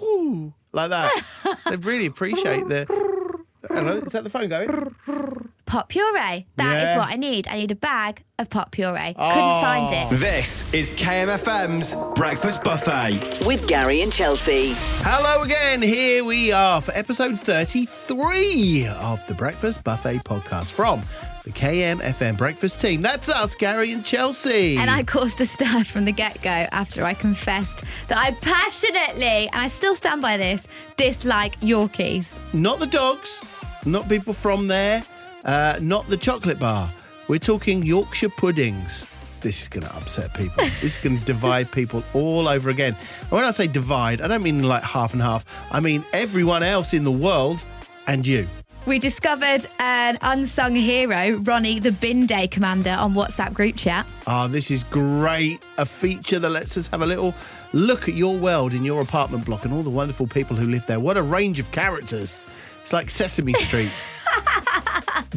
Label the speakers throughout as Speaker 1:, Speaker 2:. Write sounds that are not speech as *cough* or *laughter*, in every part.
Speaker 1: ooh, like that. they really appreciate the. Hello, is that the phone going?
Speaker 2: Pot puree. That is
Speaker 1: Yeah.
Speaker 2: what I need. I need a bag of pot puree.
Speaker 1: Oh.
Speaker 2: Couldn't find it.
Speaker 3: This is KMFM's Breakfast Buffet.
Speaker 4: With Gary and Chelsea.
Speaker 1: Hello again. Here we are for episode 33 of the Breakfast Buffet podcast from the KMFM Breakfast team. That's us, Gary and Chelsea.
Speaker 2: And I caused a stir *laughs* from the get go after I confessed that I passionately, and I still stand by this, dislike Yorkies.
Speaker 1: Not the dogs, not people from there, uh, not the chocolate bar. We're talking Yorkshire puddings. This is going to upset people. this is going to divide people all over again. And when I say divide, I don't mean like half and half. I mean everyone else in the world and you.
Speaker 2: We discovered an unsung hero, Ronnie the Bin Day Commander, on WhatsApp group chat.
Speaker 1: Ah, this is great. A feature that lets us have a little look at your world in your apartment block and all the wonderful people who live there. What a range of characters. It's like Sesame
Speaker 2: *laughs*
Speaker 1: Street,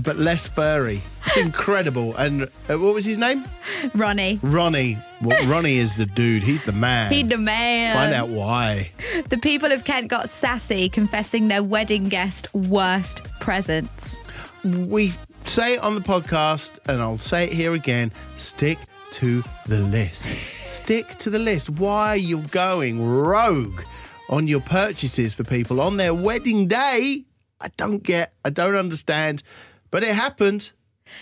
Speaker 1: but less furry. It's incredible. And uh, what was his name?
Speaker 2: Ronnie,
Speaker 1: Ronnie. Well, Ronnie is the dude. He's the man.
Speaker 2: he the man.
Speaker 1: Find out why.
Speaker 2: The people of Kent got sassy, confessing their wedding guest worst presents.
Speaker 1: we say it on the podcast, and I'll say it here again stick to the list. stick to the list. Why you're going rogue on your purchases for people on their wedding day. I don't get, I don't understand, but it happened.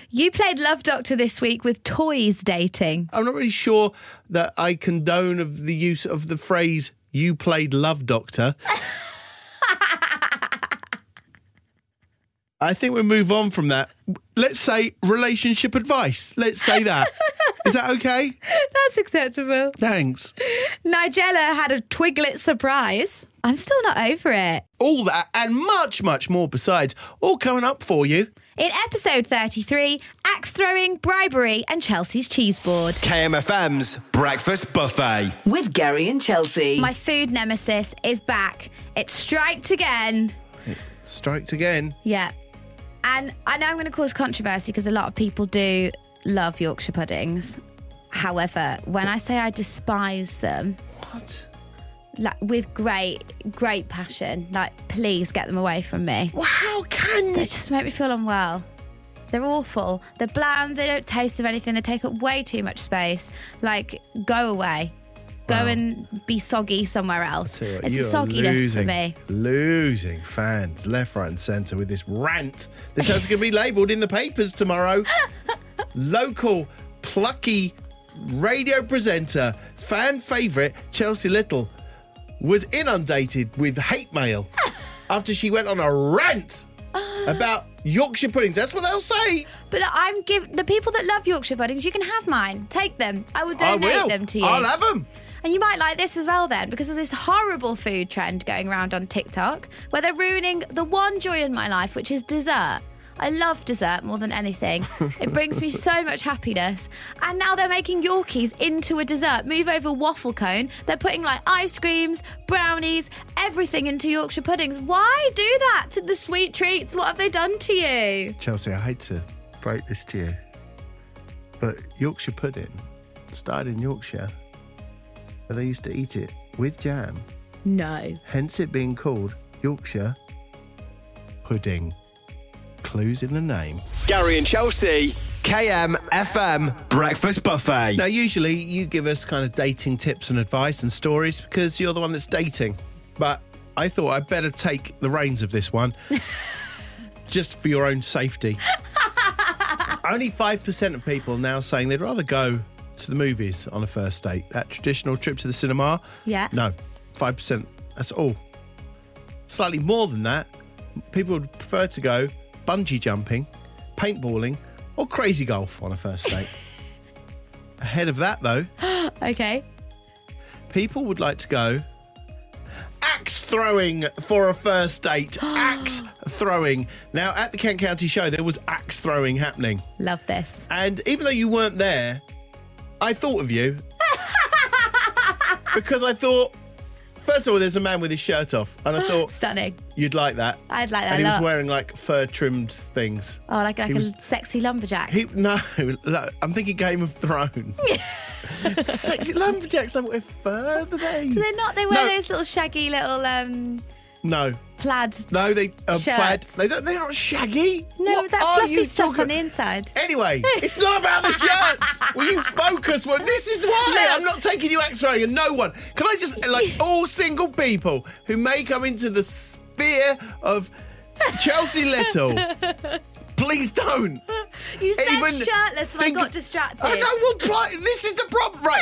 Speaker 2: You played Love Doctor this week with toys dating.
Speaker 1: I'm not really sure that I condone of the use of the phrase "you played love doctor." I think we move on from that. Let's say relationship advice. Let's say that. Is that okay?
Speaker 2: That's acceptable.
Speaker 1: Thanks.
Speaker 2: Nigella had a twiglet surprise. I'm still not over it.
Speaker 1: All that and much, much more besides, all coming up for you.
Speaker 2: In episode 33, axe throwing, bribery, and Chelsea's cheese board.
Speaker 3: KMFM's Breakfast Buffet.
Speaker 4: With Gary and Chelsea.
Speaker 2: My food nemesis is back. It striked again.
Speaker 1: Striked again.
Speaker 2: Yeah. And I know I'm going to cause controversy because a lot of people do love Yorkshire puddings. However, when I say I despise them,
Speaker 1: What?
Speaker 2: like with great, great passion, like please get them away from me.
Speaker 1: Well, how can
Speaker 2: They
Speaker 1: you?
Speaker 2: just make me feel unwell. They're awful. They're bland. They don't taste of anything. They take up way too much space. Like, go away. Go and be soggy somewhere else.
Speaker 1: Tell you what,
Speaker 2: It's
Speaker 1: you
Speaker 2: a
Speaker 1: are
Speaker 2: sogginess for
Speaker 1: losing-
Speaker 2: me.
Speaker 1: Losing fans left, right, and centre with this rant. This is going to be labelled in the papers
Speaker 2: *laughs*
Speaker 1: tomorrow. Local plucky radio presenter, fan favourite Chelsea Little was inundated with hate
Speaker 2: *laughs*
Speaker 1: mail after she went on a
Speaker 2: *gasps*
Speaker 1: rant about Yorkshire puddings. That's what they'll say.
Speaker 2: But I'm give the people that love Yorkshire puddings. You can have mine. Take them. I will donate
Speaker 1: I will.
Speaker 2: them to you.
Speaker 1: I'll have them.
Speaker 2: and you might like this as well then, because there's this horrible food trend going around on TikTok where they're ruining the one joy in my life, which is dessert. I love dessert more than anything.
Speaker 1: *laughs*
Speaker 2: it brings me so much happiness. And now they're making Yorkies into a dessert. Move over waffle cone. They're putting like ice creams, brownies, everything into Yorkshire puddings. Why do that to the sweet treats? What have they done to you?
Speaker 1: Chelsea, I hate to break this to you, but Yorkshire pudding started in Yorkshire, where they used to eat it with jam. No. Hence it being called Yorkshire pudding. Clues in the name.
Speaker 3: Gary and Chelsea, KMFM Breakfast Buffet.
Speaker 1: Now, usually you give us kind of dating tips and advice and stories because you're the one that's dating. But I thought I'd better take the reins of this one just for your own safety. Only 5% of people now saying they'd rather go to the movies on a first date. That traditional trip to the cinema.
Speaker 2: Yeah.
Speaker 1: No, 5%. That's all. Slightly more than that, people would prefer to go bungee jumping, paintballing, or crazy golf on a first date. Ahead of that, though,
Speaker 2: Okay.
Speaker 1: people would like to go axe throwing for a first date. axe throwing. Now, at the Kent County Show, there was axe throwing happening.
Speaker 2: Love this.
Speaker 1: And even though you weren't there, I thought of
Speaker 2: *laughs*
Speaker 1: you. because I thought, first of all, there's a man with his shirt off. And I thought,
Speaker 2: Stunning.
Speaker 1: you'd like that.
Speaker 2: I'd like that
Speaker 1: And he
Speaker 2: a
Speaker 1: was
Speaker 2: lot.
Speaker 1: wearing like fur trimmed things.
Speaker 2: Oh, like, like
Speaker 1: was-
Speaker 2: a sexy lumberjack. *laughs*
Speaker 1: He, no, like, I'm thinking Game of Thrones. Sexy lumberjacks don't wear fur, do they?
Speaker 2: They're not. They wear
Speaker 1: No.
Speaker 2: those little shaggy little um
Speaker 1: No,
Speaker 2: plaid.
Speaker 1: no, they are
Speaker 2: Shirts.
Speaker 1: plaid. They don't, they're not shaggy.
Speaker 2: No,
Speaker 1: What
Speaker 2: that
Speaker 1: are
Speaker 2: fluffy
Speaker 1: you
Speaker 2: stuff
Speaker 1: talking-
Speaker 2: on the inside. *laughs*
Speaker 1: Anyway, it's not about the shirts. Will you focus? Well, this is why
Speaker 2: No.
Speaker 1: I'm not taking you x-raying and no one. Can I just,
Speaker 2: *laughs*
Speaker 1: like, all single people who may come into the sphere of Chelsea
Speaker 2: *laughs*
Speaker 1: Little, please don't.
Speaker 2: You said
Speaker 1: Even
Speaker 2: shirtless, and I
Speaker 1: think-
Speaker 2: got distracted.
Speaker 1: I know, well, pli- this is the problem,
Speaker 2: *laughs*
Speaker 1: right?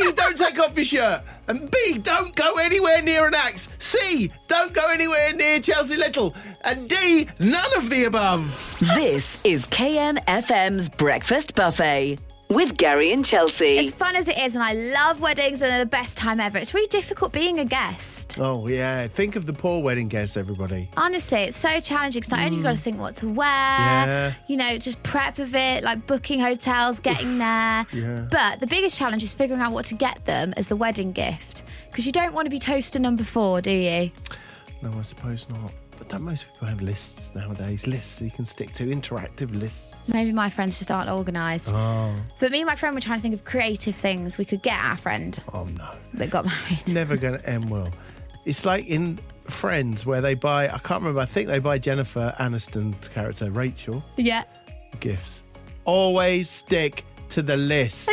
Speaker 1: A, don't take off your shirt. And B, don't go anywhere near an axe. C, don't go anywhere near Chelsea Little. And D, none of the above.
Speaker 4: This is KMFM's Breakfast Buffet with Gary and
Speaker 2: As
Speaker 4: Chelsea.
Speaker 2: fun as it is, and I love weddings, and they're the best time ever. It's really difficult being a guest.
Speaker 1: Oh, yeah. Think of the poor wedding guest, everybody.
Speaker 2: Honestly, it's so challenging because not only you got to think what to wear,
Speaker 1: Mm. Yeah.
Speaker 2: you know, just prep of it, like booking hotels, getting there.
Speaker 1: Yeah.
Speaker 2: But the biggest challenge is figuring out what to get them as the wedding gift because you don't want to be toaster number four, do you?
Speaker 1: No, I suppose not. But don't most people have lists nowadays? Lists you can stick to, interactive lists.
Speaker 2: Maybe my friends just aren't organised.
Speaker 1: Oh.
Speaker 2: But me and my friend were trying to think of creative things we could get our friend
Speaker 1: Oh, no.
Speaker 2: that got married.
Speaker 1: Never going to end well. It's like in Friends where they buy, I can't remember, I think they buy Jennifer Aniston's character, Rachel,
Speaker 2: *laughs* yeah.
Speaker 1: gifts. Always stick to the list.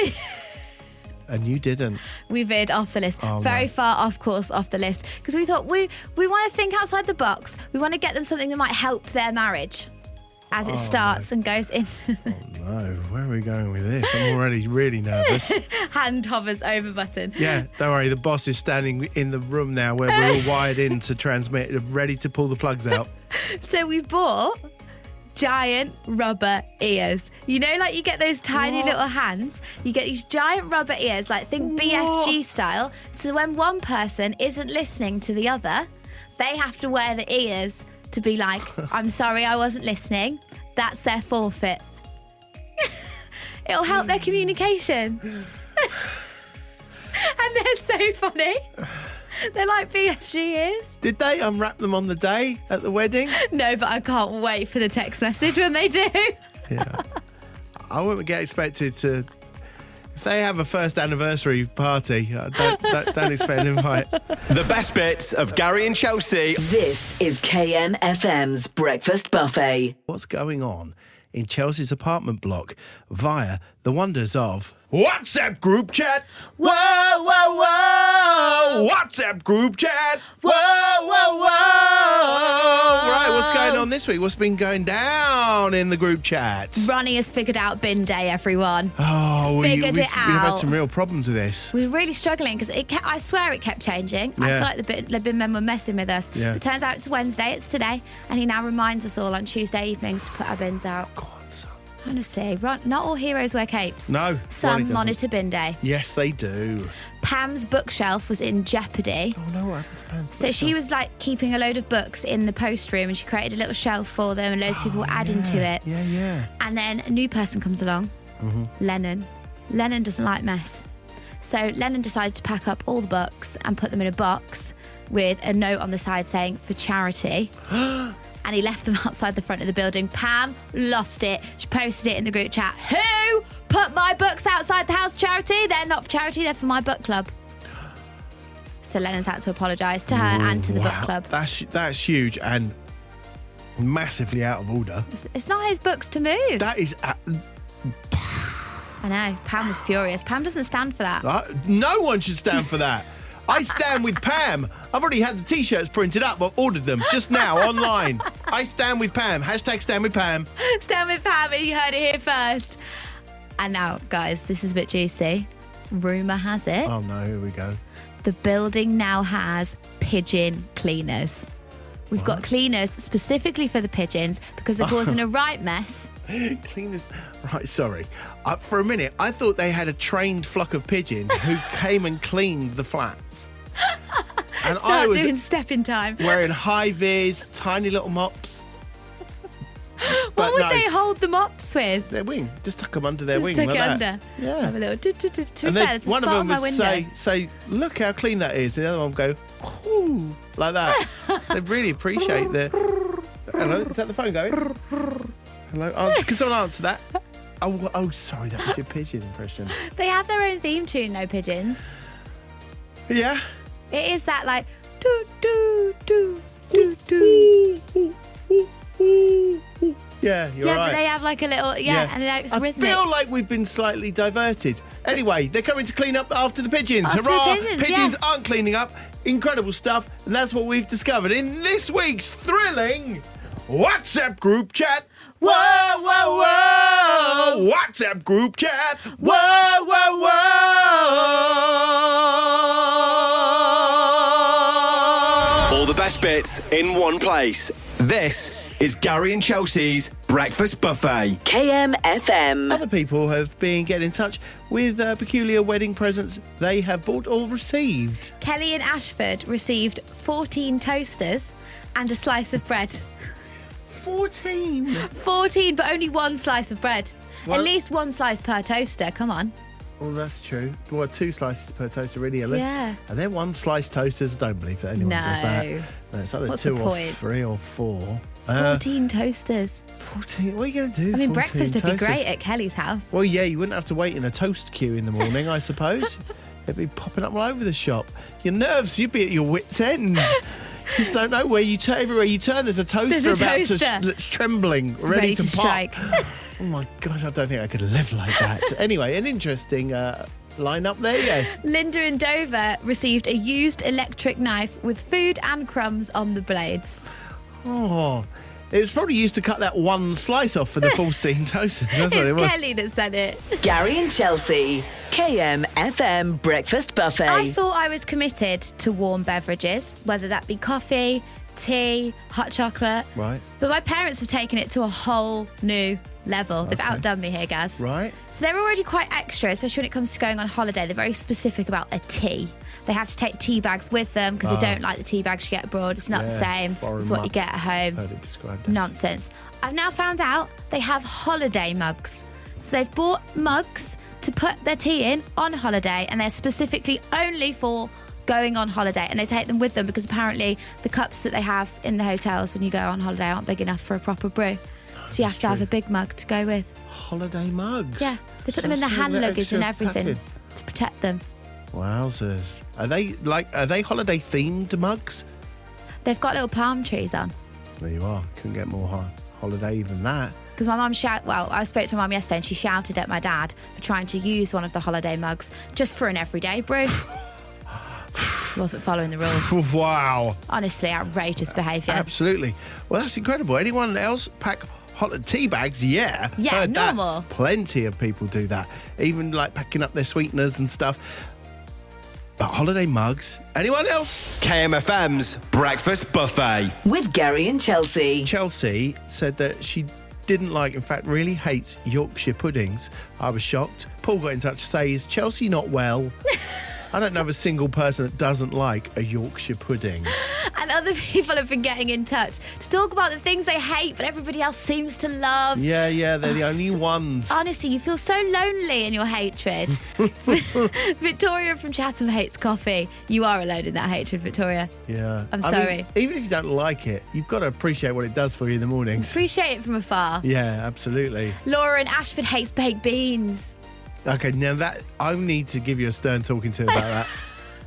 Speaker 1: and you didn't.
Speaker 2: we veered off the list,
Speaker 1: Oh,
Speaker 2: very
Speaker 1: no.
Speaker 2: far off course off the list, because we thought we we want to think outside the box. We want to get them something that might help their marriage as
Speaker 1: Oh,
Speaker 2: it starts and goes in. *laughs*
Speaker 1: No, where are we going with this? I'm already really nervous.
Speaker 2: Hand hovers over button.
Speaker 1: Yeah, don't worry. The boss is standing in the room now where we're all wired in to transmit, ready to pull the plugs out.
Speaker 2: *laughs* So we bought giant rubber ears. You know, like you get those tiny little hands. You get these giant rubber ears, like think BFG style. So when one person isn't listening to the other, they have to wear the ears to be like, "I'm sorry, I wasn't listening." That's their forfeit. *laughs* It'll help their communication. *laughs* and they're so funny. They're like BFG ears.
Speaker 1: Did they unwrap them on the day at the wedding?
Speaker 2: No, but I can't wait for the text message when they do.
Speaker 1: Yeah. I wouldn't get expected to. If they have a first anniversary party, uh, don't, don't, don't expect an invite.
Speaker 3: The best bits of Gary and Chelsea.
Speaker 4: This is KMFM's Breakfast Buffet.
Speaker 1: What's going on in Chelsea's apartment block via the wonders of WhatsApp group chat? Whoa, whoa, whoa! WhatsApp group chat! Whoa, whoa, whoa! Right, what's going on this week? What's been going down in the group chat?
Speaker 2: *laughs* Ronnie has figured out bin day, everyone.
Speaker 1: Oh, we,
Speaker 2: Figured
Speaker 1: we've-
Speaker 2: it
Speaker 1: we've had
Speaker 2: out.
Speaker 1: some real problems with this.
Speaker 2: We were really struggling because it kept, I swear it kept changing. I
Speaker 1: Yeah.
Speaker 2: feel like the bin, the bin men were messing with us.
Speaker 1: Yeah.
Speaker 2: But turns out it's Wednesday, it's today, and he now reminds us all on Tuesday evenings to put our bins out.
Speaker 1: God, son.
Speaker 2: Honestly, Ron, not all heroes wear capes.
Speaker 1: No, Ronnie
Speaker 2: Some
Speaker 1: doesn't.
Speaker 2: monitor bin day.
Speaker 1: Yes, they do.
Speaker 2: Pam's bookshelf was in jeopardy.
Speaker 1: Oh no, what happened to Pam?
Speaker 2: So she was like keeping a load of books in the post room and she created a little shelf for them and loads of people were adding to it.
Speaker 1: Yeah, yeah.
Speaker 2: And then a new person comes along,
Speaker 1: Mm-hmm.
Speaker 2: Lennon. Lennon doesn't like mess. So Lennon decided to pack up all the books and put them in a box with a note on the side saying
Speaker 1: *gasps*
Speaker 2: for charity. and he left them *laughs* outside the front of the building. Pam lost it. She posted it in the group chat. Who put my books outside the house charity? They're not for charity, they're for my book club. *gasps* So Lennon's had to apologise to her Uh, and to the
Speaker 1: Wow,
Speaker 2: book club.
Speaker 1: That's that's huge and massively out of order.
Speaker 2: It's not his books to move.
Speaker 1: That is a-
Speaker 2: I know. Pam was furious. Pam doesn't stand for that.
Speaker 1: uh, no one should stand for that. I stand with Pam. I've already had the t-shirts printed up. I've ordered them just now online. I stand with Pam. Hashtag stand with Pam.
Speaker 2: Stand with Pam, you heard it here first. And now, guys, this is a bit juicy. Rumour has it
Speaker 1: Oh no, here we go. *laughs*
Speaker 2: the building now has pigeon cleaners. We've got cleaners specifically for the pigeons because they're
Speaker 1: Oh.
Speaker 2: causing a right mess.
Speaker 1: Cleaners. Right, sorry. Uh, for a minute, I thought they had a trained flock of pigeons who *laughs* came and cleaned the
Speaker 2: *laughs*
Speaker 1: flats. And I
Speaker 2: Start
Speaker 1: was
Speaker 2: doing step in time.
Speaker 1: *laughs* wearing high vis, tiny little mops.
Speaker 2: What would
Speaker 1: no.
Speaker 2: they hold the mops with?
Speaker 1: Their wing, just tuck them under their wing.
Speaker 2: Just tuck
Speaker 1: like
Speaker 2: it
Speaker 1: that.
Speaker 2: under.
Speaker 1: Yeah.
Speaker 2: Have a little. do, do, do. To be
Speaker 1: and
Speaker 2: fair,
Speaker 1: then
Speaker 2: there's a
Speaker 1: one of
Speaker 2: spot
Speaker 1: them
Speaker 2: on my
Speaker 1: would
Speaker 2: window.
Speaker 1: say, "Say, look how clean that is." The other one would go, "Ooh," like
Speaker 2: *laughs*
Speaker 1: that. they really oh, appreciate the. Hello, is that the phone going? Hello, because I'll answer that. Oh, wha- oh, sorry, that was your pigeon
Speaker 2: *laughs*
Speaker 1: impression.
Speaker 2: They have their own theme tune, no pigeons.
Speaker 1: Yeah.
Speaker 2: It is that like do do do do do.
Speaker 1: Yeah, you're
Speaker 2: Yeah,
Speaker 1: right.
Speaker 2: but they have like a little yeah, and like, it's
Speaker 1: I
Speaker 2: rhythmic.
Speaker 1: feel like we've been slightly diverted. Anyway, they're coming to clean up after the pigeons.
Speaker 2: After the
Speaker 1: Hurrah!
Speaker 2: pigeons, yeah.
Speaker 1: aren't cleaning up. Incredible stuff. And that's what we've discovered in this week's thrilling WhatsApp group chat. Whoa, whoa, whoa! WhatsApp group chat. Whoa, whoa, whoa!
Speaker 3: All the best bits in one place. This is Gary and Chelsea's Breakfast Buffet.
Speaker 4: KMFM.
Speaker 1: Other people have been getting in touch with uh, peculiar wedding presents they have bought or received.
Speaker 2: Kelly in Ashford received 14 toasters and a slice of bread.
Speaker 1: 14.
Speaker 2: 14, but only one slice of bread.
Speaker 1: Well-
Speaker 2: At least one slice per toaster. Come on.
Speaker 1: Well, that's true. Well, two slices per toaster, really. Unless,
Speaker 2: Yeah.
Speaker 1: Are there one slice toasters? I don't believe that anyone does that.
Speaker 2: No.
Speaker 1: No, it's either
Speaker 2: What's
Speaker 1: two
Speaker 2: the
Speaker 1: or
Speaker 2: point?
Speaker 1: three or four. Uh,
Speaker 2: 14 toasters.
Speaker 1: 14. What are you going to do?
Speaker 2: I
Speaker 1: 14
Speaker 2: mean, breakfast would be
Speaker 1: toasters?
Speaker 2: great at Kelly's house.
Speaker 1: Well, yeah, you wouldn't have to wait in a toast queue in the morning, I suppose. *laughs* It'd be popping up all over the shop. Your nerves, you'd be at your wits'
Speaker 2: *laughs*
Speaker 1: end. You just don't know where you turn. Everywhere you turn, there's a toaster
Speaker 2: a
Speaker 1: about
Speaker 2: toaster.
Speaker 1: to sh- trembling, ready,
Speaker 2: Ready to
Speaker 1: pop.
Speaker 2: strike.
Speaker 1: *laughs* Oh my gosh, I don't think I could live like
Speaker 2: *laughs*
Speaker 1: that. anyway, an interesting uh, line up there, yes.
Speaker 2: Linda in Dover received a used electric knife with food and crumbs on the blades.
Speaker 1: Oh, it was probably used to cut that one slice off for the full steam toasters.
Speaker 2: *laughs*
Speaker 1: That's what
Speaker 2: it's
Speaker 1: it was.
Speaker 2: Kelly that said it.
Speaker 4: Gary and Chelsea. KMFM Breakfast
Speaker 2: I
Speaker 4: Buffet.
Speaker 2: thought I was committed to warm beverages, whether that be coffee, tea, hot chocolate.
Speaker 1: Right.
Speaker 2: But my parents have taken it to a whole new level. They've outdone me here, Gaz.
Speaker 1: Right?
Speaker 2: So they're already quite extra, especially when it comes to going on holiday. They're very specific about their tea. They have to take tea bags with them because they don't like the tea bags you get abroad. It's not the
Speaker 1: Ah. Yeah,
Speaker 2: same
Speaker 1: foreign
Speaker 2: as what you
Speaker 1: mug.
Speaker 2: get at home.
Speaker 1: Heard it described. as.
Speaker 2: Nonsense. I've now found out they have holiday mugs. So they've bought mugs to put their tea in on holiday, and they're specifically only for going on holiday. And they take them with them because apparently the cups that they have in the hotels when you go on holiday aren't big enough for a proper brew. So you have to have a big mug to go with.
Speaker 1: Holiday mugs.
Speaker 2: Yeah, they put them in the
Speaker 1: That's
Speaker 2: hand
Speaker 1: all that
Speaker 2: luggage and
Speaker 1: extra
Speaker 2: everything
Speaker 1: packing.
Speaker 2: to protect them.
Speaker 1: Wowzers. Are they like, are they holiday themed mugs?
Speaker 2: They've got little palm trees on.
Speaker 1: There you are. Couldn't get more ho- holiday than that. *laughs*
Speaker 2: Because my mum shout. Well, I spoke to my mum yesterday, and she shouted at my dad for trying to use one of the holiday mugs just for an
Speaker 1: *sighs*
Speaker 2: everyday brew. he wasn't following the rules.
Speaker 1: Wow.
Speaker 2: Honestly, outrageous behaviour.
Speaker 1: Absolutely. Well, that's incredible. Anyone else pack hot tea bags? Yeah.
Speaker 2: Yeah,
Speaker 1: Heard that.
Speaker 2: normal.
Speaker 1: Plenty of people do that. Even like packing up their sweeteners and stuff. But holiday mugs. Anyone else?
Speaker 3: KMFM's Breakfast Buffet.
Speaker 4: With Gary and Chelsea.
Speaker 1: Chelsea said that she didn't like, in fact, really hates Yorkshire puddings. I was shocked. Paul got in touch to say, Is Chelsea not
Speaker 2: *laughs*
Speaker 1: well? I don't know of a single person that doesn't like a Yorkshire pudding.
Speaker 2: And other *laughs* people have been getting in touch to talk about the things they hate, but everybody else seems to love.
Speaker 1: Yeah, yeah, they're the only ones.
Speaker 2: Honestly, you feel so lonely in
Speaker 1: *laughs*
Speaker 2: your hatred. Victoria from Chatham hates coffee. You are alone in that hatred, Victoria.
Speaker 1: Yeah.
Speaker 2: I'm
Speaker 1: mean,
Speaker 2: sorry.
Speaker 1: even if you don't like it, you've got to appreciate what it does for you in the mornings.
Speaker 2: Appreciate it from afar.
Speaker 1: *laughs* Yeah, absolutely.
Speaker 2: Laura in Ashford hates baked beans.
Speaker 1: Okay, now that I need to give you a stern talking to about that.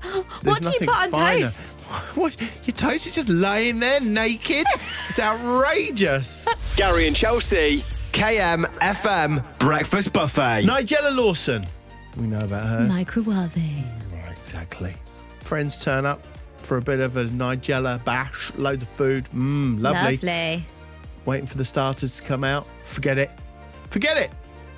Speaker 2: *laughs*
Speaker 1: There's
Speaker 2: what do you
Speaker 1: nothing
Speaker 2: put on
Speaker 1: finer.
Speaker 2: toast?
Speaker 1: *laughs* What? Your toast is just laying there
Speaker 2: *laughs*
Speaker 1: naked. it's outrageous.
Speaker 3: Gary and Chelsea, KMFM Breakfast Buffet.
Speaker 1: Nigella Lawson. We know about her.
Speaker 2: Microwave.
Speaker 1: Right, exactly. Friends turn up for a bit of a Nigella bash. Loads of food. Mmm, lovely.
Speaker 2: Lovely.
Speaker 1: waiting for the starters to come out. Forget it. Forget it.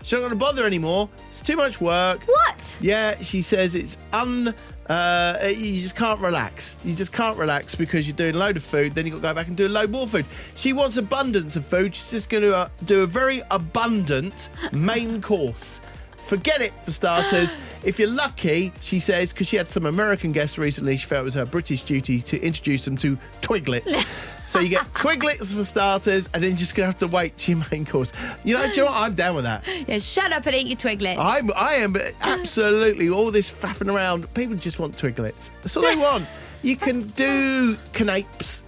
Speaker 1: She's not going to bother anymore. It's too much work.
Speaker 2: What?
Speaker 1: Yeah, she says it's un. Uh, you just can't relax. You just can't relax because you're doing a load of food. Then you've got to go back and do a load more food. She wants abundance of food. She's just going to uh, do a very abundant main course. Forget it for starters. If you're lucky, she says, because she had some American guests recently, she felt it was her British duty to introduce them to Twiglets. so you get Twiglets for starters, and then you're just going to have to wait to your main course. You know, do you know what? I'm down with that.
Speaker 2: Yeah, shut up and eat your twiglet.
Speaker 1: I'm, I am absolutely all this faffing around. People just want twiglets. That's all they want. You can do canapes.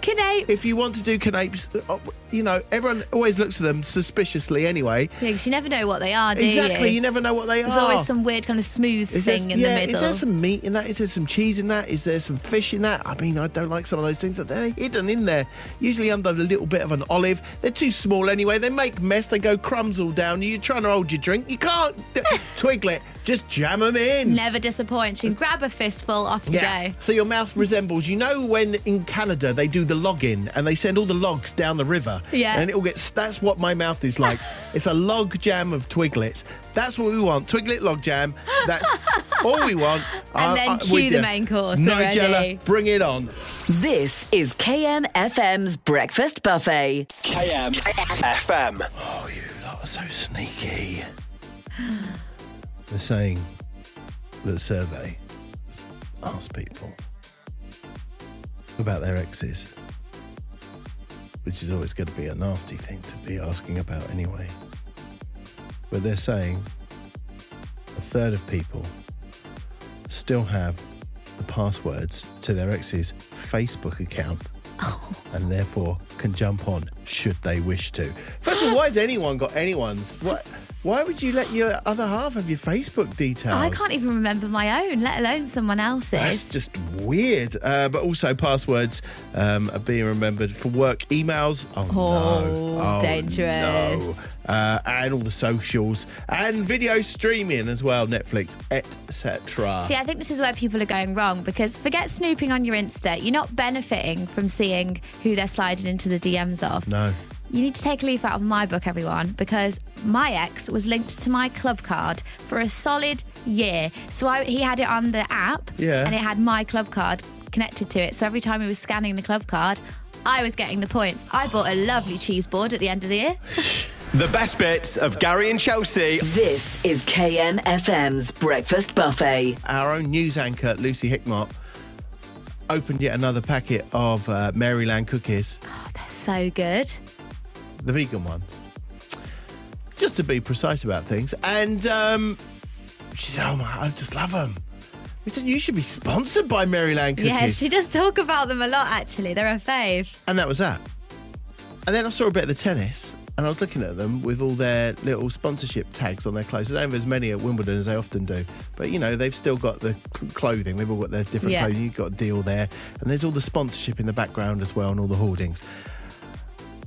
Speaker 2: Canapes.
Speaker 1: If you want to do canapes, uh, you know, everyone always looks at them suspiciously anyway.
Speaker 2: Yeah, 'cause you never know what they are, do
Speaker 1: exactly. You?
Speaker 2: you?
Speaker 1: never know what they
Speaker 2: There's
Speaker 1: are.
Speaker 2: always some weird kind of smooth
Speaker 1: Is there-
Speaker 2: thing in
Speaker 1: yeah,
Speaker 2: the middle.
Speaker 1: Is there some meat in that? Is there some cheese in that? Is there some fish in that? I mean, I don't like some of those things that they're hidden in there. Usually under a little bit of an olive. They're too small anyway. They make mess. They go crumbs all down. You're trying to hold your drink. You can't
Speaker 2: *laughs*
Speaker 1: d- twiggle it. Just jam them in.
Speaker 2: Never disappoints. You can grab a fistful, off you
Speaker 1: Yeah.
Speaker 2: go.
Speaker 1: So your mouth resembles. You know when in Canada they do the logging and they send all the logs down the river.
Speaker 2: Yeah.
Speaker 1: And it all gets. That's what my mouth is
Speaker 2: *laughs*
Speaker 1: like. it's a log jam of twiglets. That's what we want. Twiglet log jam.
Speaker 2: *laughs*
Speaker 1: That's all we want.
Speaker 2: And
Speaker 1: I-
Speaker 2: then
Speaker 1: I'm
Speaker 2: cue
Speaker 1: with
Speaker 2: the
Speaker 1: you.
Speaker 2: main course
Speaker 1: Nigella,
Speaker 2: already.
Speaker 1: bring it on.
Speaker 4: This is KMFM's Breakfast Buffet.
Speaker 3: KM FM.
Speaker 1: Oh, you lot are so sneaky. They're saying that the survey asked people about their exes, which is always going to be a nasty thing to be asking about anyway. But they're saying a third of people still have the passwords to their ex's Facebook
Speaker 2: *laughs*
Speaker 1: account and therefore can jump on should they wish to. First of all, why has anyone got anyone's? What? Why would you let your other half have your Facebook details?
Speaker 2: I can't even remember my own, let alone someone else's.
Speaker 1: That's just weird. Uh, but also, passwords um, are being remembered for work emails. Oh, no.
Speaker 2: Oh, dangerous.
Speaker 1: no. Uh, and all the socials and video streaming as well, Netflix, etc.
Speaker 2: See, I think this is where people are going wrong because forget snooping on your Insta. You're not benefiting from seeing who they're sliding into the DMs of.
Speaker 1: No.
Speaker 2: You need to take a leaf out of my book, everyone, because my ex was linked to my club card for a solid year. So I, he had it on the app,
Speaker 1: Yeah.
Speaker 2: and it had my club card connected to it. So every time he was scanning the club card, I was getting the points. I bought a lovely cheese board at the end of the year.
Speaker 3: The best bits of Gary and Chelsea.
Speaker 4: This is KMFM's Breakfast Buffet.
Speaker 1: Our own news anchor, Lucy Hickmott, opened yet another packet of uh, Maryland cookies,
Speaker 2: So good.
Speaker 1: the vegan ones. Just to be precise about things. And um, she said, Oh my, I just love them. We said, You should be sponsored by Maryland cookies.
Speaker 2: Yeah, she does talk about them a lot, actually. They're a fave.
Speaker 1: And that was that. And then I saw a bit of the tennis and I was looking at them with all their little sponsorship tags on their clothes. I don't have as many at Wimbledon as they often do, but you know, they've still got the cl- clothing. They've all got their different
Speaker 2: Yeah.
Speaker 1: clothing. You've got a deal there. And there's all the sponsorship in the background as well and all the hoardings.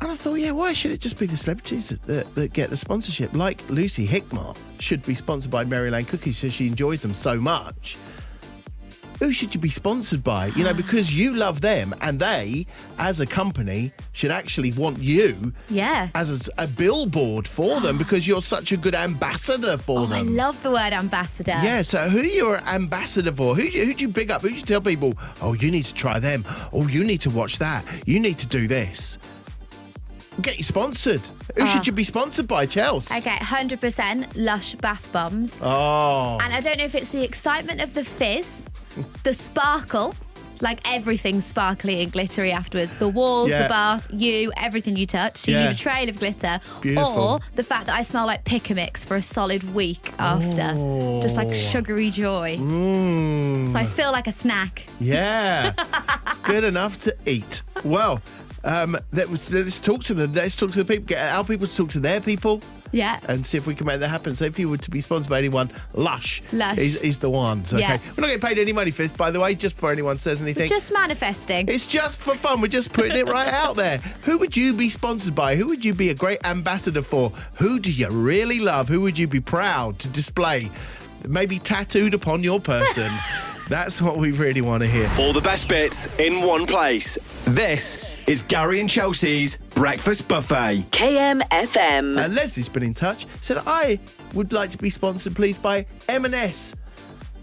Speaker 1: And I thought, yeah, why should it just be the celebrities that, that, that get the sponsorship? Like Lucy Hickmart should be sponsored by Maryland Cookies so she enjoys them so much. Who should you be sponsored by? You know, because you love them and they, as a company, should actually want you
Speaker 2: Yeah.
Speaker 1: as a, a billboard for them because you're such a good ambassador for
Speaker 2: Oh, I
Speaker 1: them.
Speaker 2: love the word ambassador.
Speaker 1: Yeah, so who you're an ambassador for? Who do you- who do you big up? Who do you tell people? Oh, you need to try them. Oh, you need to watch that. You need to do this. Get you sponsored. Who should you be sponsored by, Chels?
Speaker 2: Ah. Okay, 100% lush bath bombs.
Speaker 1: Oh,
Speaker 2: And I don't know if it's the excitement of
Speaker 1: *laughs*
Speaker 2: the fizz, the sparkle, like everything's sparkly and glittery afterwards. The walls,
Speaker 1: Yeah.
Speaker 2: the bath, you, everything you touch. So you
Speaker 1: Yeah.
Speaker 2: leave a trail of glitter.
Speaker 1: Beautiful.
Speaker 2: Or the fact that I smell like pick a mix for a solid week after. Just like sugary joy.
Speaker 1: Oh. Mm,
Speaker 2: So I feel like a snack. *laughs*
Speaker 1: yeah, good enough to eat. Well, um, that was, let's talk to them. Let's talk to the people. Get our people to talk to their people.
Speaker 2: Yeah.
Speaker 1: and see if we can make that happen. So if you were to be sponsored by anyone, Lush,
Speaker 2: Lush.
Speaker 1: Is, is the one. Okay,
Speaker 2: Yeah.
Speaker 1: we're not getting paid any money for this, by the way. Just before anyone says anything,
Speaker 2: Just manifesting.
Speaker 1: it's just for fun. We're just putting it right out there. Who would you be sponsored by? Who would you be a great ambassador for? Who do you really love? Who would you be proud to display? Maybe tattooed upon your
Speaker 2: *laughs*
Speaker 1: person. That's what we really want to hear.
Speaker 3: All the best bits in one place. This is Gary and Chelsea's Breakfast Buffet.
Speaker 4: KMFM.
Speaker 1: Uh, Leslie's been in touch. Said I would like to be sponsored, please, by M&S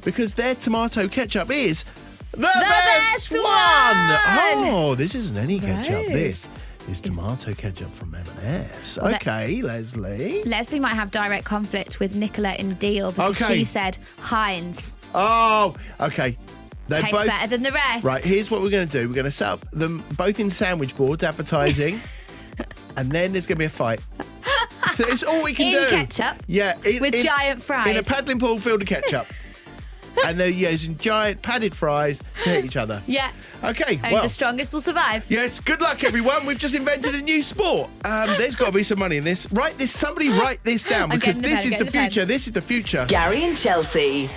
Speaker 1: because their tomato ketchup is the, best,
Speaker 2: best
Speaker 1: one.
Speaker 2: one!
Speaker 1: Oh, this isn't any ketchup.
Speaker 2: No.
Speaker 1: This is tomato ketchup from M&S. Okay, Leslie.
Speaker 2: Leslie might have direct conflict with Nicola and Deal because
Speaker 1: Okay.
Speaker 2: she said Heinz
Speaker 1: Oh, okay. They
Speaker 2: tastes
Speaker 1: both
Speaker 2: better than the rest.
Speaker 1: right. Here's what we're going to do. We're going to set up them both in sandwich boards
Speaker 2: *laughs*
Speaker 1: advertising, and then there's going to be a fight. So it's all we can
Speaker 2: In
Speaker 1: do.
Speaker 2: ketchup.
Speaker 1: Yeah, in-
Speaker 2: With
Speaker 1: in-
Speaker 2: giant
Speaker 1: in a
Speaker 2: fries. *laughs*
Speaker 1: paddling pool filled with ketchup. and they're using giant padded fries to hit each other.
Speaker 2: Yeah.
Speaker 1: Okay,
Speaker 2: Only
Speaker 1: well.
Speaker 2: the strongest will survive.
Speaker 1: Yes, good luck, everyone. We've just invented a new sport. Um, there's got to be some money in this. Write this. Somebody write
Speaker 2: *laughs*
Speaker 1: this down
Speaker 2: I'm
Speaker 1: because
Speaker 2: getting the
Speaker 1: this
Speaker 2: pen,
Speaker 1: is the
Speaker 2: getting the pen.
Speaker 1: future. This is the future.
Speaker 4: Gary and Chelsea,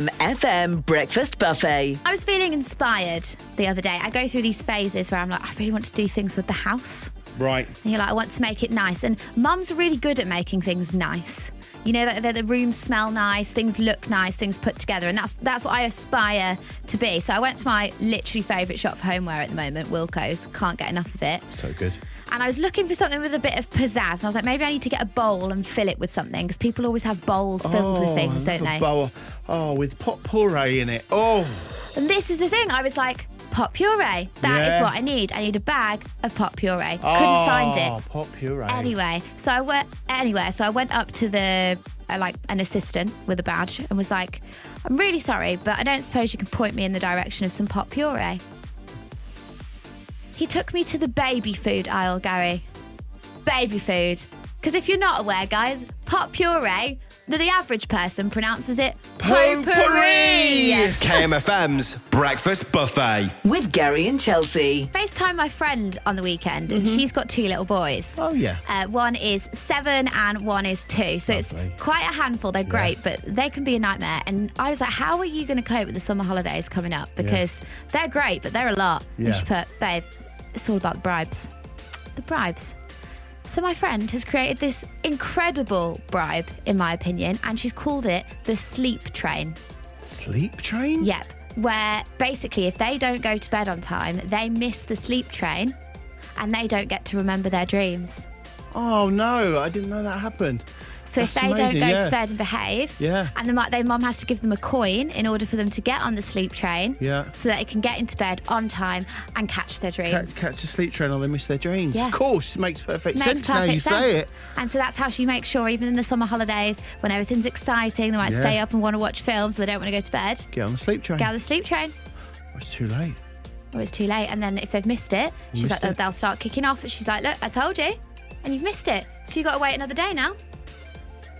Speaker 4: KMFM Breakfast Buffet.
Speaker 2: I was feeling inspired the other day. I go through these phases where I'm like, I really want to do things with the house.
Speaker 1: Right.
Speaker 2: And you're like, I want to make it nice. And mum's really good at making things nice. You know, that, that the rooms smell nice, things look nice, things put together. And that's that's what I aspire to be. So I went to my literally favourite shop for homeware at the moment, Wilco's. Can't get enough of it.
Speaker 1: So good.
Speaker 2: And I was looking for something with a bit of pizzazz. And I was like, maybe I need to get a bowl and fill it with something because people always have bowls filled with things,
Speaker 1: I
Speaker 2: don't
Speaker 1: love a
Speaker 2: they?
Speaker 1: bowl. Oh, with pot puree in it. Oh,
Speaker 2: And this is the thing. I was like, pot puree. That is
Speaker 1: Yeah.
Speaker 2: what I need. I need a bag of pot puree.
Speaker 1: Oh,
Speaker 2: Couldn't find it.
Speaker 1: Pot puree.
Speaker 2: Anyway, so I went anyway, so I went up to the uh, like an assistant with a badge and was like, "I'm really sorry, but I don't suppose you can point me in the direction of some pot puree." He took me to the baby food aisle, Gary. Baby food. Because if you're not aware, guys, pot puree, the, the average person pronounces it potpourri.
Speaker 3: KMFM's Breakfast Buffet.
Speaker 4: With Gary and Chelsea.
Speaker 2: FaceTime my friend on the weekend, and she's got two little boys.
Speaker 1: Mm-hmm. Oh, yeah.
Speaker 2: Uh, one is seven and one is two. So
Speaker 1: Lovely.
Speaker 2: it's quite a handful. They're great, but they can be a nightmare. And I was like, how are you going to cope with the summer holidays coming up? Because they're great, but they're a lot.
Speaker 1: Yeah.
Speaker 2: And she put, babe, it's all about the bribes. The bribes. So my friend has created this incredible bribe, in my opinion, and she's called it the sleep train.
Speaker 1: Sleep train?
Speaker 2: Yep. Where basically, if they don't go to bed on time, they miss the sleep train and they don't get to remember their dreams.
Speaker 1: Oh, no. I didn't know that happened.
Speaker 2: So if
Speaker 1: That's
Speaker 2: they
Speaker 1: amazing,
Speaker 2: don't go
Speaker 1: yeah.
Speaker 2: to bed and behave,
Speaker 1: Yeah.
Speaker 2: and the, mu- their mum has to give them a coin in order for them to get on the sleep train
Speaker 1: Yeah.
Speaker 2: so that they can get into bed on time and catch their
Speaker 1: Catch,
Speaker 2: dreams.
Speaker 1: catch a sleep train or they miss their dreams.
Speaker 2: Yeah.
Speaker 1: Of course. It makes perfect
Speaker 2: Makes
Speaker 1: sense now
Speaker 2: perfect
Speaker 1: you
Speaker 2: sense.
Speaker 1: say it.
Speaker 2: And so that's how she makes sure, even in the summer holidays, when everything's exciting, they might
Speaker 1: Yeah.
Speaker 2: stay up and want to watch films, so they don't want to go to bed.
Speaker 1: Get on the sleep train.
Speaker 2: Get on the sleep train.
Speaker 1: It's too late.
Speaker 2: or it's too late. And then if they've missed it, she's
Speaker 1: Missed
Speaker 2: like,
Speaker 1: it.
Speaker 2: they'll start kicking off. She's like, look, I told you, and you've missed it. So you got to wait another day now.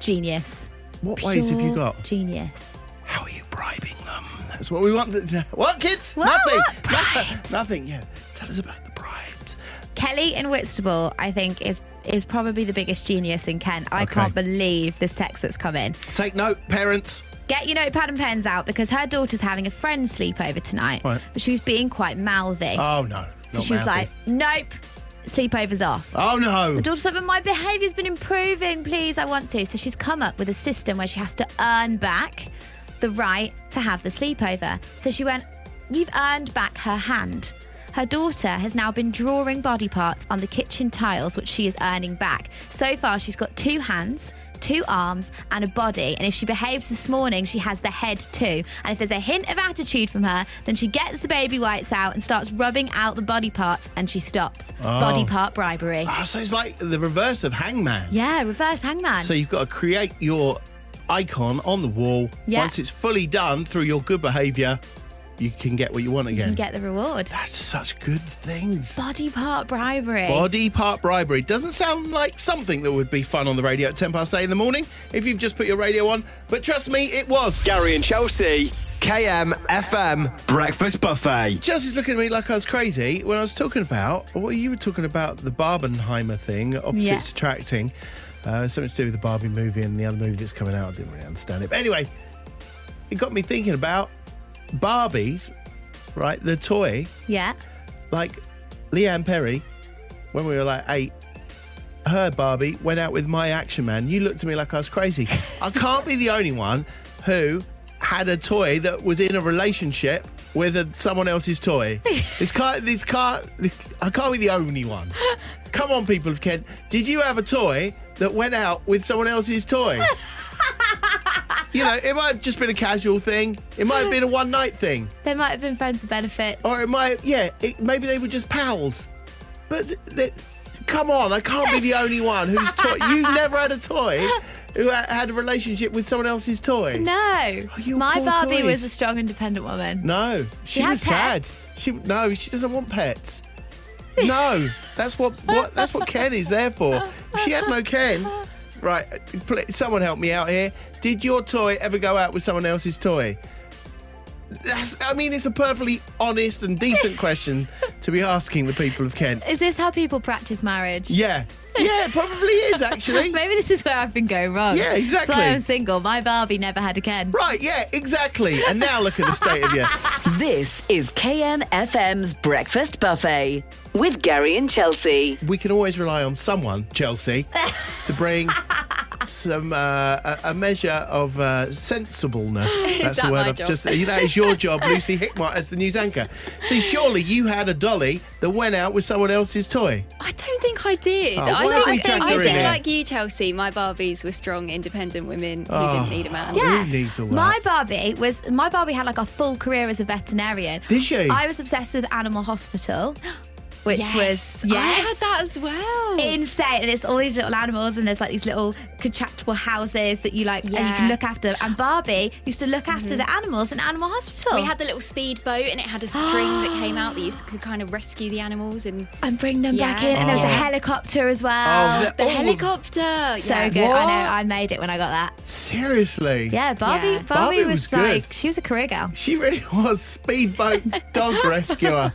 Speaker 2: Genius.
Speaker 1: What ways have you
Speaker 2: Pure
Speaker 1: got?
Speaker 2: Genius.
Speaker 1: How are you bribing them? That's what we want to know. What, kids?
Speaker 2: What?
Speaker 1: Nothing.
Speaker 2: What? Bribes.
Speaker 1: Nothing. Yeah. Tell us about the bribes.
Speaker 2: Kelly in Whitstable, I think, is is probably the biggest genius in Kent. I
Speaker 1: Okay.
Speaker 2: can't believe this text that's come in.
Speaker 1: Take note, parents.
Speaker 2: Get your notepad and pens out because her daughter's having a friend sleepover tonight.
Speaker 1: Right.
Speaker 2: But she was being quite mouthy.
Speaker 1: Oh, no.
Speaker 2: so
Speaker 1: Not
Speaker 2: she
Speaker 1: mouthy.
Speaker 2: was like, nope, sleepover's off.
Speaker 1: oh, no.
Speaker 2: The daughter's like, but my behaviour's been improving, please, I want to. So she's come up with a system where she has to earn back the right to have the sleepover. So she went, You've earned back her hand. Her daughter has now been drawing body parts on the kitchen tiles, which she is earning back. So far, she's got two hands, two arms, and a body. And if she behaves this morning, she has the head too. And if there's a hint of attitude from her, then she gets the baby wipes out and starts rubbing out the body parts and she stops. Body part bribery.
Speaker 1: Oh, so it's like the reverse of Hangman.
Speaker 2: Yeah, reverse hangman.
Speaker 1: So you've got to create your icon on the wall.
Speaker 2: Yeah.
Speaker 1: Once it's fully done through your good behaviour, you can get what you want again.
Speaker 2: you get the reward.
Speaker 1: That's such good things.
Speaker 2: Body part bribery.
Speaker 1: Body part bribery doesn't sound like something that would be fun on the radio at 10 past 8 in the morning if you've just put your radio on, but trust me, it was.
Speaker 3: Gary and Chelsea, KMFM Breakfast Buffet.
Speaker 1: Chelsea's looking at me like I was crazy when I was talking about what you were talking about the Barbenheimer thing, opposites
Speaker 2: Yeah.
Speaker 1: attracting. Uh, something to do with the Barbie movie and the other movie that's coming out. I didn't really understand it. But anyway, it got me thinking about Barbies, right? The toy,
Speaker 2: yeah.
Speaker 1: like Leanne Perry, when we were like eight. Her Barbie went out with my action man. You looked at me like I was crazy. I can't be the only one who had a toy that was in a relationship with a, someone else's toy. This can't, this can't, I can't be the only one. Come on, people of Kent. Did you have a toy that went out with someone else's toy? you know, it might have just been a casual thing, it might have been a one night thing
Speaker 2: There might have been friends with benefits.
Speaker 1: or it might, yeah, it, maybe they were just pals. But th- th- come on, I can't be the only one who's toy. You never had a toy who ha- had a relationship with someone else's toy.
Speaker 2: no.
Speaker 1: you
Speaker 2: My
Speaker 1: poor
Speaker 2: Barbie
Speaker 1: toys.
Speaker 2: was a strong, independent woman.
Speaker 1: No, she
Speaker 2: had
Speaker 1: was
Speaker 2: pets?
Speaker 1: sad. She no, she doesn't want
Speaker 2: *laughs*
Speaker 1: pets. No, that's what, what that's what Ken is there for. If she had no Ken, right? pl- Someone help me out here. Did your toy ever go out with someone else's toy? That's, I mean, it's a perfectly honest and decent question to be asking the people of Kent.
Speaker 2: Is this how people practice marriage?
Speaker 1: Yeah. Yeah, it probably is,
Speaker 2: *laughs*
Speaker 1: actually.
Speaker 2: Maybe this is where I've been going wrong.
Speaker 1: Yeah, exactly.
Speaker 2: That's why I'm single. My Barbie never had a Ken.
Speaker 1: Right, yeah, exactly. And now look at the state of you.
Speaker 4: This is KMFM's Breakfast Buffet with Gary and Chelsea.
Speaker 1: We can always rely on someone, Chelsea, to
Speaker 2: *laughs*
Speaker 1: bring some uh, a, a measure of uh,
Speaker 2: *laughs*
Speaker 1: sensibleness. That's
Speaker 2: that
Speaker 1: the word
Speaker 2: my
Speaker 1: I've
Speaker 2: job?
Speaker 1: just. uh, That is your
Speaker 2: *laughs*
Speaker 1: job, Lucy Hickmott, as the news anchor. See, surely you had a dolly that went out with someone else's toy.
Speaker 5: I don't think I did.
Speaker 1: Oh, why
Speaker 5: I
Speaker 1: don't
Speaker 5: think,
Speaker 1: we
Speaker 5: I
Speaker 1: drag
Speaker 5: think,
Speaker 1: her
Speaker 5: I
Speaker 1: in
Speaker 5: think
Speaker 1: here?
Speaker 5: like you, Chelsea, my Barbies were strong, independent women
Speaker 1: Oh.
Speaker 5: who didn't need a man.
Speaker 2: Yeah.
Speaker 1: Who needs all that?
Speaker 2: My Barbie was my Barbie had like a full career as a veterinarian.
Speaker 1: Did she?
Speaker 2: I was obsessed with Animal Hospital, *gasps* which was yes.
Speaker 5: I had that as well.
Speaker 2: Insane, and it's all these little animals, and there's like these little contractable houses that you like, and you
Speaker 5: Yeah.
Speaker 2: can look after. And Barbie used to look after the animals in Animal Hospital.
Speaker 5: we had the little speedboat and it had a string that came out that you could kind of rescue the animals and
Speaker 2: and bring them back
Speaker 5: Yeah.
Speaker 2: in, and there was a
Speaker 1: Oh.
Speaker 2: helicopter as well.
Speaker 1: Oh, the-
Speaker 2: *gasps*
Speaker 5: the
Speaker 1: all of-
Speaker 5: helicopter.
Speaker 2: so
Speaker 5: yeah.
Speaker 2: good. I know. I made it when I got that.
Speaker 1: Seriously.
Speaker 2: Yeah, Barbie.
Speaker 5: Yeah.
Speaker 2: Barbie,
Speaker 1: Barbie
Speaker 2: was,
Speaker 1: was good.
Speaker 2: like she was a career girl.
Speaker 1: She really was speedboat
Speaker 2: *laughs*
Speaker 1: dog rescuer.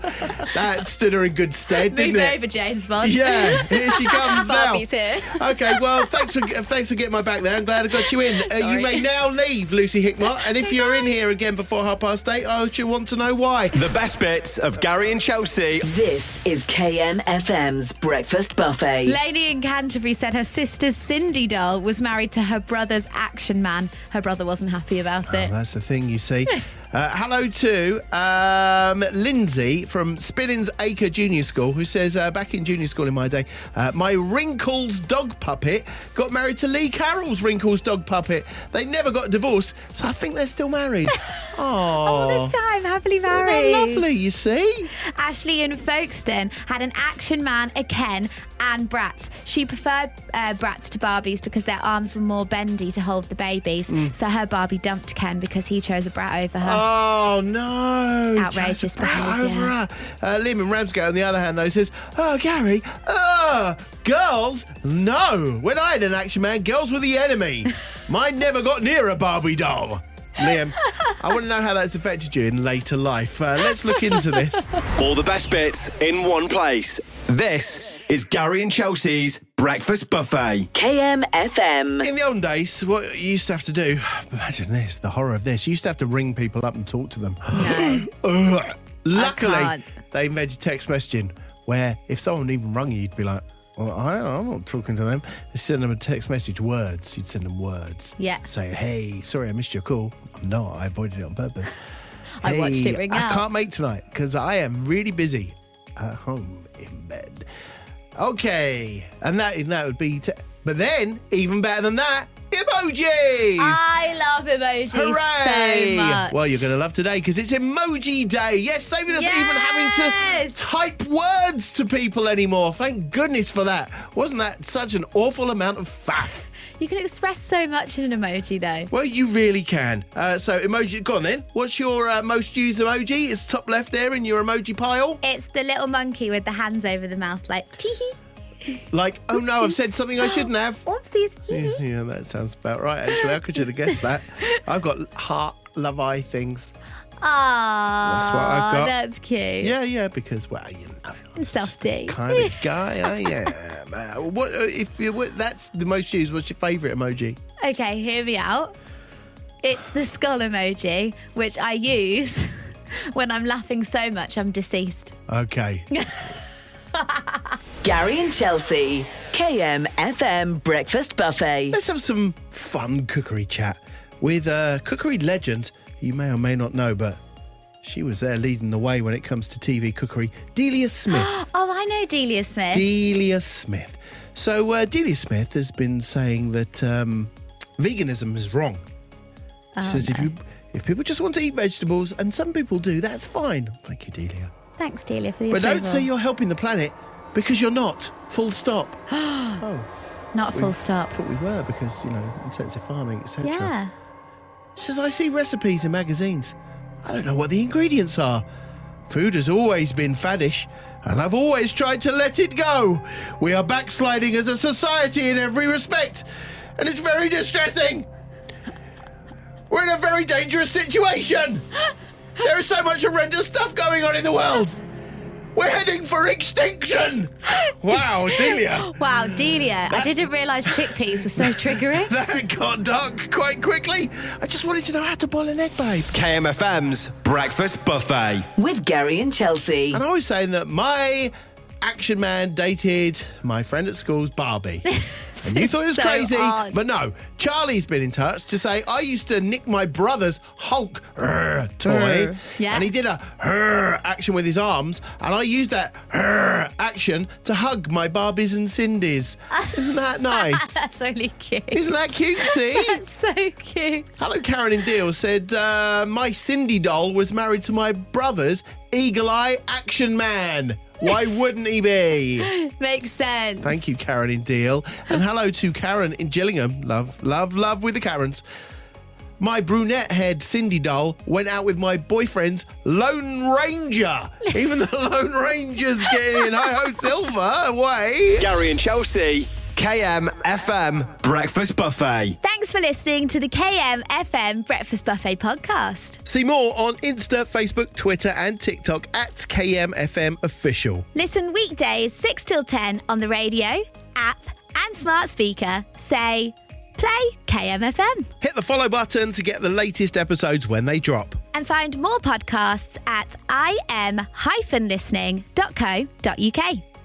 Speaker 1: That stood her in good stead, didn't
Speaker 2: Move
Speaker 1: it?
Speaker 2: over, James Bond.
Speaker 1: Yeah, here she comes now.
Speaker 5: *laughs* Barbie's here.
Speaker 1: Okay, well, thanks for thanks for getting my back there. I'm glad I got you in. Uh, you may now leave, Lucy Hickmott. And if you're in here again before half past eight, I should want to know why.
Speaker 3: The best bits of Gary and Chelsea.
Speaker 4: This is KMFM's Breakfast Buffet.
Speaker 2: Lady in Canterbury said her sister's Cindy doll was married to her brother's action man. Her brother wasn't happy about it.
Speaker 1: *laughs* That's the thing, you
Speaker 5: *laughs*
Speaker 1: see. Uh, hello to um, Lindsay from Spillins Acre Junior School, who says, uh, back in junior school in my day, uh, my Wrinkles dog puppet got married to Lee Carroll's Wrinkles dog puppet. They never got divorced, so I think they're still
Speaker 5: *laughs*
Speaker 1: married.
Speaker 2: All
Speaker 1: Oh,
Speaker 2: this time, happily married.
Speaker 1: they're lovely, you see.
Speaker 2: Ashley in Folkestone had an action man, a Ken, and Bratz. She preferred uh, Bratz to Barbies because their arms were more bendy to hold the babies.
Speaker 1: Mm.
Speaker 2: So her Barbie dumped Ken because he chose a Brat over her.
Speaker 1: Oh no!
Speaker 2: Uh-huh. Outrageous
Speaker 1: Just bring it
Speaker 2: behaviour.
Speaker 1: over her. Uh, Liam and Ramsgate, on the other hand, though, says, "Oh, Gary, uh, girls, no. When I had an action man, girls were the enemy.
Speaker 2: *laughs*
Speaker 1: Mine never got near a Barbie doll." Liam, I want to know how that's affected you in later life. Uh, let's look into this.
Speaker 3: All the best bits in one place. This is Gary and Chelsea's Breakfast Buffet.
Speaker 2: Um,
Speaker 4: KMFM.
Speaker 1: In the olden days, what you used to have to do, *sighs* imagine this, the horror of this, you used to have to ring people up and talk
Speaker 2: *gasps*
Speaker 1: to them. *gasps* Ugh. Luckily,
Speaker 2: can't.
Speaker 1: they invented text messaging where if someone even rung you, you'd be like, well, I, I'm not talking to them. You send them a text message, words. You'd send them words.
Speaker 2: Yeah.
Speaker 1: Say, hey, sorry, I missed your call. I'm not. I avoided it on purpose.
Speaker 2: I
Speaker 1: Oh, "Hey,
Speaker 2: watched it ring
Speaker 1: I
Speaker 2: out."
Speaker 1: can't make tonight because I am really busy at home in bed. Okay. And that, that would be. Te- but then, even better than that, emojis.
Speaker 2: I love emojis
Speaker 1: Hooray!
Speaker 2: so much.
Speaker 1: Well, you're going to love today because it's Emoji Day. Yes, saving us even having to
Speaker 2: Yes!
Speaker 1: type words to people anymore. Thank goodness for that. Wasn't that such an awful amount of faff?
Speaker 2: you can express so much in an emoji, though.
Speaker 1: Well, you really can. Uh, so, emoji, go on then. What's your uh, most used emoji? It's top left there in your emoji pile.
Speaker 2: It's the little monkey with the hands over the mouth, like tee hee,
Speaker 1: Like, oh no, I've said something I shouldn't have.
Speaker 2: whoopsies. hee
Speaker 1: Yeah,
Speaker 2: hee.
Speaker 1: yeah, that sounds about right, actually. How could you have guessed that? I've got heart, love eye things.
Speaker 2: Aww,
Speaker 1: what I've got.
Speaker 2: that's cute.
Speaker 1: Yeah, yeah, because, well, you know.
Speaker 2: Softy.
Speaker 1: kind of guy I am. Uh, what uh, if you, what, that's the most used? What's your favourite emoji?
Speaker 2: Okay, hear me out. It's the skull emoji, which I use *laughs* when I'm laughing so much I'm deceased.
Speaker 1: Okay,
Speaker 4: Gary and Chelsea. KMFM Breakfast Buffet.
Speaker 1: *laughs* let's have some fun cookery chat with a cookery legend you may or may not know, but she was there leading the way when it comes to TV cookery. Delia Smith.
Speaker 2: Oh, I know Delia Smith.
Speaker 1: Delia Smith. So uh, Delia Smith has been saying that um, veganism is wrong.
Speaker 2: Oh,
Speaker 1: She says if you if people just want to eat vegetables, and some people do, that's fine. Thank you, Delia.
Speaker 2: Thanks, Delia, for the
Speaker 1: But don't
Speaker 2: approval.
Speaker 1: say you're helping the planet because you're not. Full
Speaker 2: *gasps*
Speaker 1: stop. oh,
Speaker 2: Not full stop.
Speaker 1: I thought we were because, you know, intensive farming, etc.
Speaker 2: Yeah.
Speaker 1: She says, I see recipes in magazines. I don't know what the ingredients are. Food has always been faddish, and I've always tried to let it go. We are backsliding as a society in every respect, and it's very distressing. We're in a very dangerous situation. There is so much horrendous stuff going on in the world. We're heading for extinction. Wow,
Speaker 2: *laughs*
Speaker 1: Delia,
Speaker 2: Wow, Delia, I didn't realise chickpeas
Speaker 1: *laughs*
Speaker 2: were so triggering.
Speaker 1: that got dark quite quickly. I just wanted to know how to boil an egg, babe.
Speaker 3: KMFM's Breakfast Buffet.
Speaker 4: with Gary and Chelsea.
Speaker 1: And I was saying that my action man dated my friend at school's
Speaker 2: *laughs*
Speaker 1: Barbie. And you thought it was
Speaker 2: So
Speaker 1: crazy,
Speaker 2: odd.
Speaker 1: but no. Charlie's been in touch to say I used to nick my brother's Hulk "Rrr" toy,
Speaker 2: Rrr. Yeah.
Speaker 1: and he did a "Rrr" action with his arms, and I used that "Rrr" action to hug my Barbies and Cindy's. Isn't that
Speaker 2: *laughs*
Speaker 1: nice?
Speaker 2: That's only cute.
Speaker 1: Isn't that cutesy?
Speaker 2: So cute.
Speaker 1: Hello, Karen in Deal said, uh, My Cindy doll was married to my brother's eagle eye action man. Why wouldn't he be?
Speaker 2: Makes sense.
Speaker 1: Thank you, Karen in Deal. And hello to Karen in Gillingham. Love, love, love with the Karens. My brunette haired Cindy doll went out with my boyfriend's Lone Ranger. Even the *laughs* Lone Ranger's getting in. Hi ho, Silver. Away.
Speaker 3: Gary and Chelsea, KMFM Breakfast Buffet.
Speaker 2: Thanks for listening to the KMFM Breakfast Buffet podcast.
Speaker 1: See more on Insta, Facebook, Twitter, and TikTok at KMFM Official.
Speaker 2: Listen weekdays 6 till 10 on the radio, app, and smart speaker. Say, play KMFM.
Speaker 1: Hit the follow button to get the latest episodes when they drop.
Speaker 2: And find more podcasts at im-listening.co.uk.